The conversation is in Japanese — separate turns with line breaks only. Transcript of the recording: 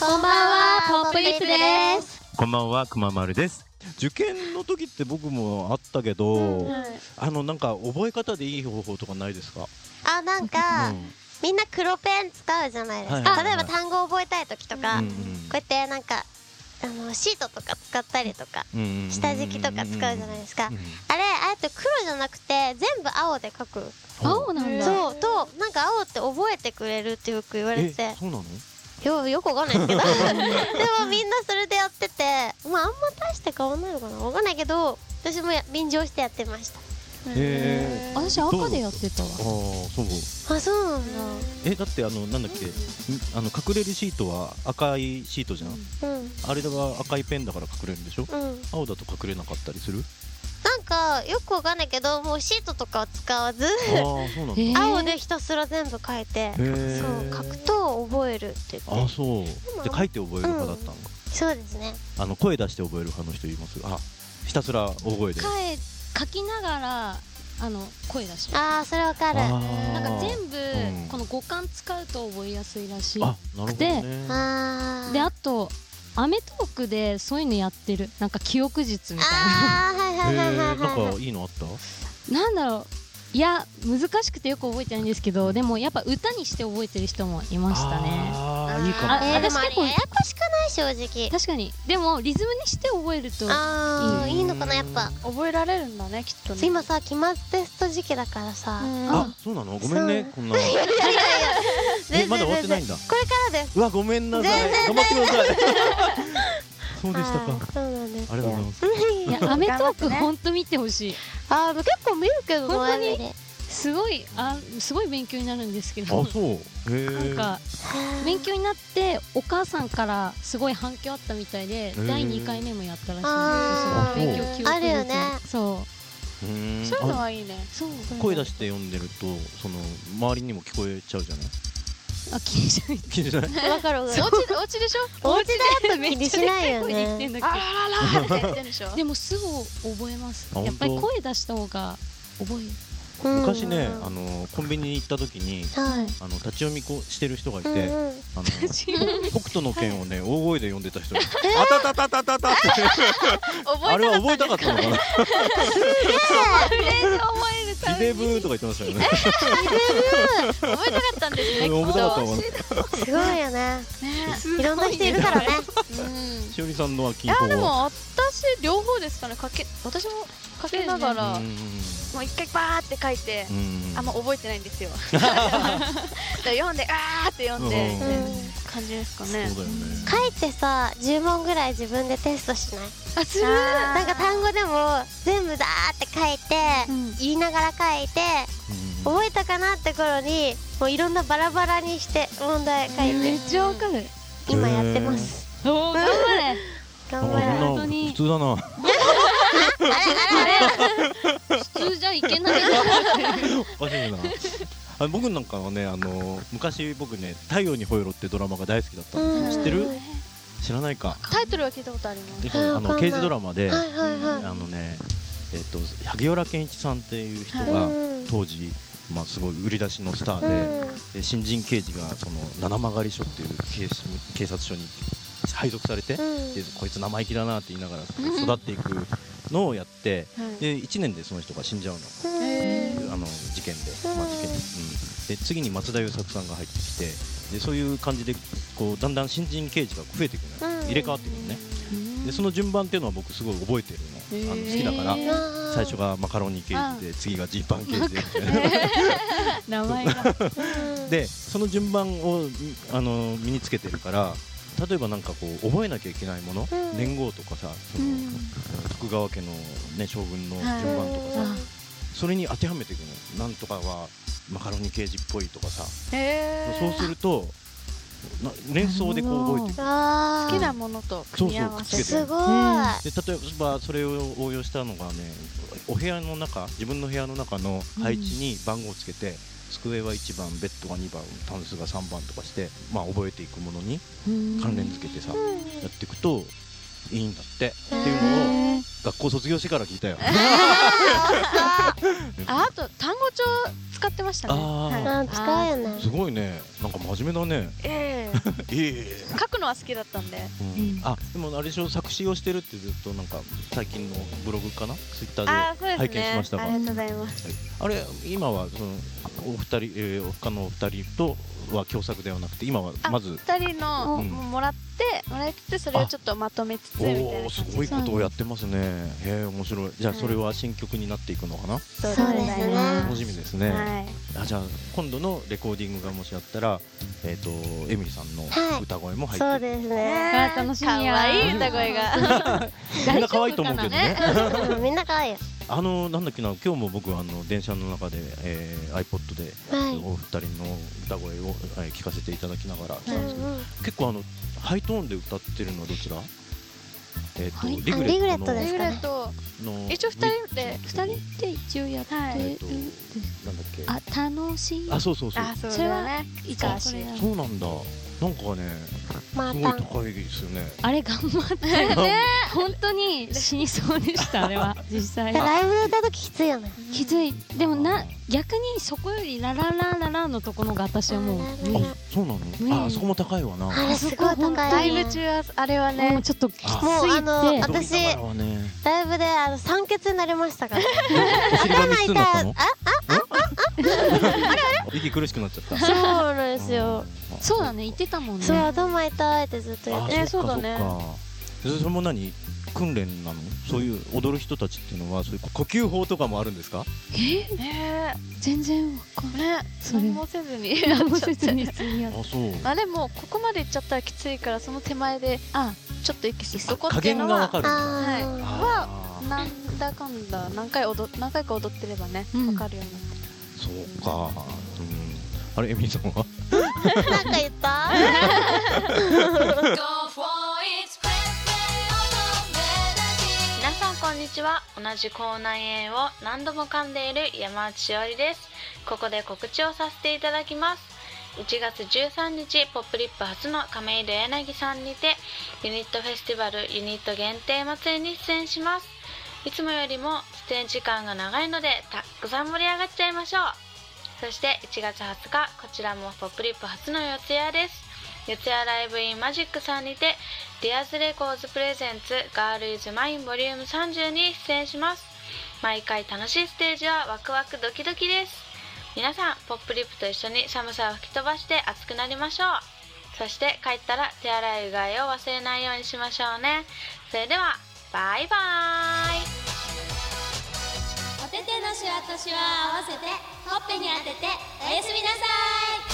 こんばんは、ポップリップです。
こんばんは、くままるです。受験の時って僕もあったけど、あのなんか覚え方でいい方法とかないですか？
あ、なんか、みんな黒ペン使うじゃないです
は
か。
い
例え
はいは
ば
い
単語覚えたい時とか、
う
こ
ん
うやってなんか、あのシートとか使ったりとか、
うん
下敷きとか使うじゃないですか
うん
あれ、あえて黒じゃなくて、全部青で書く。
青なんだ。
そう、と、なんか青って覚えてくれるってよく言われ
え、
て。
そうなの？
よよくわかんないですけ どでもみんなそれでやっててまああんま大して変わんないのかなわかんないけど私もや便乗してやってました
へー
私赤でやってたわ
あ。あ、そう。
あそうなんだ
え、だってあのなんだっけ？んあの隠れるシートは赤いシートじゃん。
うん
あれが赤いペンだから隠れるんでしょ？
うん
青だと隠れなかったりする？
なんかよくわかんないけどもうシートとかは使わず
ああ、そうなんだ。
へー
青でひたすら全部書いて
へ
そう
ー
書くと覚えるって言
あ
っ
あ、
て
そう。で書いて覚える派だったのか。
そうですね
あの声出して覚える派の人いますが、あひたすら大声で。
かえ書きながらあの声出します。
ああそれわかるあ
ー
なんか全部
うん
この五感使うと覚えやすいらしい。
あ、なるほどね。
あ
で
ー
あとアメトークでそういうのやってる。なんか記憶術みたい
あーはい
へ
はいはいは
ーないん
はい
かいいのあった？
な。なんだろう。いや難しくてよく覚えてないんですけどでもやっぱ歌にして覚えてる人もいましたね
あ
あ
ーいいかも。
ーえーでも
私
あ
結
れ
構
ややこしくない正直
確かにでもリズムにして覚えると
ああ
うん
いいのかなやっぱ
覚えられるんだねきっとね
今さ期末テスト時期だからさ、
うん
あ、そうなの？ごめんね、こんな。え、
全然
まだ終わってないんだ。
これからです
うわ、ごめんなさい。頑張ってください。そうでした
はい
か。
そうなんです
ありがとうございます。
いやアメトークほんと見てほしい
あー結構見るけど
本当に
前で
すごいあすごい勉強になるんですけど
あ、そう。へ
な
ー
んか勉強になってお母さんからすごい反響あったみたいで
ー
第2回目もやったらし
あ
いんですよその勉強記
ー
憶
あるよね
術そう
ーん
そういうの
あ
はいいね
うそう
声出して読んでると、その周りにも聞こえちゃうじ ゃない。
あ気にしない
気にしない。
わかるわかる
おちおちでしょ
お家だと
め
気
っ
に
ち
し
ゃでっ
ない
かい
よ
声で言って
ね
んだけど
あらららって言ってんでし ょ
でもすぐ覚えます
あ
やっぱり
本当
声出した方が覚える
うん
昔ね、あのコンビニに行った時に。
はい
あの立ち読みこしてる人がいて、
うん
あ
うん
の北斗の拳をね、大声で読んでた人が、あたたたたたたって、あれは覚えたかったのかな。
覚える
イベブーとか言ってましたよね。
覚えたかったんですね
覚えたかったわ
すごいよね
す
いろんな人いるからね
しおりさんのは聞い
い
た
やでも私両方ですかねかけ私もかけながら、もう一回バーって書いて、あんま覚えてないんで すよだから読んであーって読んで、
うん
みたいな感じですかね
そうだよね。
書いてさ10問ぐらい自分でテストしない
あする
なんか単語でも全部だーって書いて、言いながら書いて
うん
覚えたかなって頃にもういろんなバラバラにして問題書い
めってちゃわかる
今やってます
おー頑張
頑張れ
あ
本
こ
当
んな
に
普通だな。
れ普通じゃいけ ない
おかしいな。あ僕なんかはね、あの昔僕ね、太陽にほえろってドラマが大好きだったの。
うん
知ってる？知らないか。
タイトルは聞いたことあります
で
えー
あ
わかんな
の
い
刑事ドラマで、
はいはい
あ
は
のね、えっと萩原健一さんっていう人
い
が
うん
当時。まあすごい売り出しのスター
う
で、
ん
で新人刑事がその七曲署っていう警視警察署に配属されて、
うん
でこいつ生意気だなって言いながら育っていくのをやって、
はい
で1年でその人が死んじゃうの
へ
あの事件で、
うん
まあ、事件で,、うん、で次に松田優作さんが入ってきてでそういう感じでこうだんだん新人刑事が増えていくのよ、
うん
入れ替わっていくのねでその順番っていうのは僕すごい覚えてるのあの好きだから
へ
最初がマカロニ刑事で次がジーパン刑事でみたいな。
名前が
でその順番をあの身につけてるから例えばなんかこう覚えなきゃいけないもの、
うん
年号とかさその、徳川家の、ね、将軍の順
はい
番とかさ、それに当てはめていくのなんとかはマカロニ刑事っぽいとかさ、
え
そうするとな連想でこう覚えていく
あ
好きなものと組み合わ
そ
せ
うそう
す
くっつけて
ごい
で例えばそれを応用したのがねお部屋の中自分の部屋の中の配置に番号をつけて、机は1番ベッドが2番タンスが3番とかして、まあ、覚えていくものに関連付けてさ、やっていくといいんだってっていうのを学校卒業してから聞いたよ。
ああと単語帳使ってましたね
あー
は
あ
い
使うよね
すごいねなんか真面目だね。
ええ
ええ
書くのは好きだった んで
うんあでもあれでしょ作詞をしてるってずっとなんか最近のブログかなツイッター
あーそうですね
で拝見しましたが
ありがとうございます。
あれ今はそのお二人、えー、他のお二人とは共作ではなくて今はまず
2人の
うん
もらってもらいつつそれをちょっとまとめつつみたいな
お
感
お
じ
すごいことをやってますねへえ面白いじゃあ
はい
それは新曲になっていくのかな、
そう
ですね
楽しみですね、
はい
あじゃあ今度のレコーディングがもしあったらえっ、とエミリさんの
はい
歌声も入って
そう
る、
です
ね
ね。
あ楽しみや
可愛い歌声が
みんな可愛いと思うけどね
うんみんな可愛いよ。
あのなんだっけな今日も僕あの電車の中で、えー、iPod で
はい。
お二人の歌声を、えー聞かせていただきながら来
う
たんですけど、
んうん
結構あのハイトーンで歌ってるのはどちらえっ、と、
はい
あリグレット
の
で
リ
す
グ
か
レ
ね
ット
の
一応二人で
ウィ
二人って一応やって
はい
え
る
っとなんだっけ
あ楽しい
あそうそうそう
あそうだね
い
か
これだ
そうなんだなんかね
まあ
すごい
た。
高いですよね
あれ頑張って
ね
本当に死にそうで したあれは実際
ライブで歌うとききついよね。
きついでもな逆にそこよりラララララのところが私はもう
う
無
ん
理
あそうなの、
うん
ああそこも高いわな
あれすごい高い。
ライブ中はあれは
も
ね
うちょっときついって
も
うあのあ私
飛びながらはね
ライブであの酸欠になりましたから。
お尻が三つになっ
あ
た
あ
の息苦しくなっちゃった
そうなんですよ。
そうだね言ってたもんね
そう頭痛いってずっと言
あ
っ
え
て。
ー
そっか
そうだね
そっかそれも何訓練なのそういう踊る人たちっていうのはそういう呼吸法とかもあるんですか
え
ね
全然わかんない
ね
それ
何もせずに
何もせずにすみや
あそう
あでもここまで行っちゃったらきついからその手前で
あ
ちょっと息してそこ
加
っていう
減
の
がわ
は
かるんだ
あー
あー
なんだかんだ何回踊何回か踊ってればね
うん
わかるようになって
そうかうんあれエミリさんは
なんか言った？
皆さんこんにちは同じ口内炎を何度も噛んでいる山内しおりですここで告知をさせていただきます1月13日ポップリップ初の亀戸柳さんにてユニットフェスティバルユニット限定祭りに出演しますいつもよりも出演時間が長いのでたくさん盛り上がっちゃいましょうそして1月20日こちらもポップリップ初の四谷です四谷ライブインマジックさんにてディアスレコーズプレゼンツガールイズマインボリューム30に出演します毎回楽しいステージはワクワクドキドキです皆さんポップリップと一緒に寒さを吹き飛ばして熱くなりましょうそして帰ったら手洗いうがいを忘れないようにしましょうねそれではバイバーイ
お手手のシワとシワを合わせてほっぺに当てておやすみなさい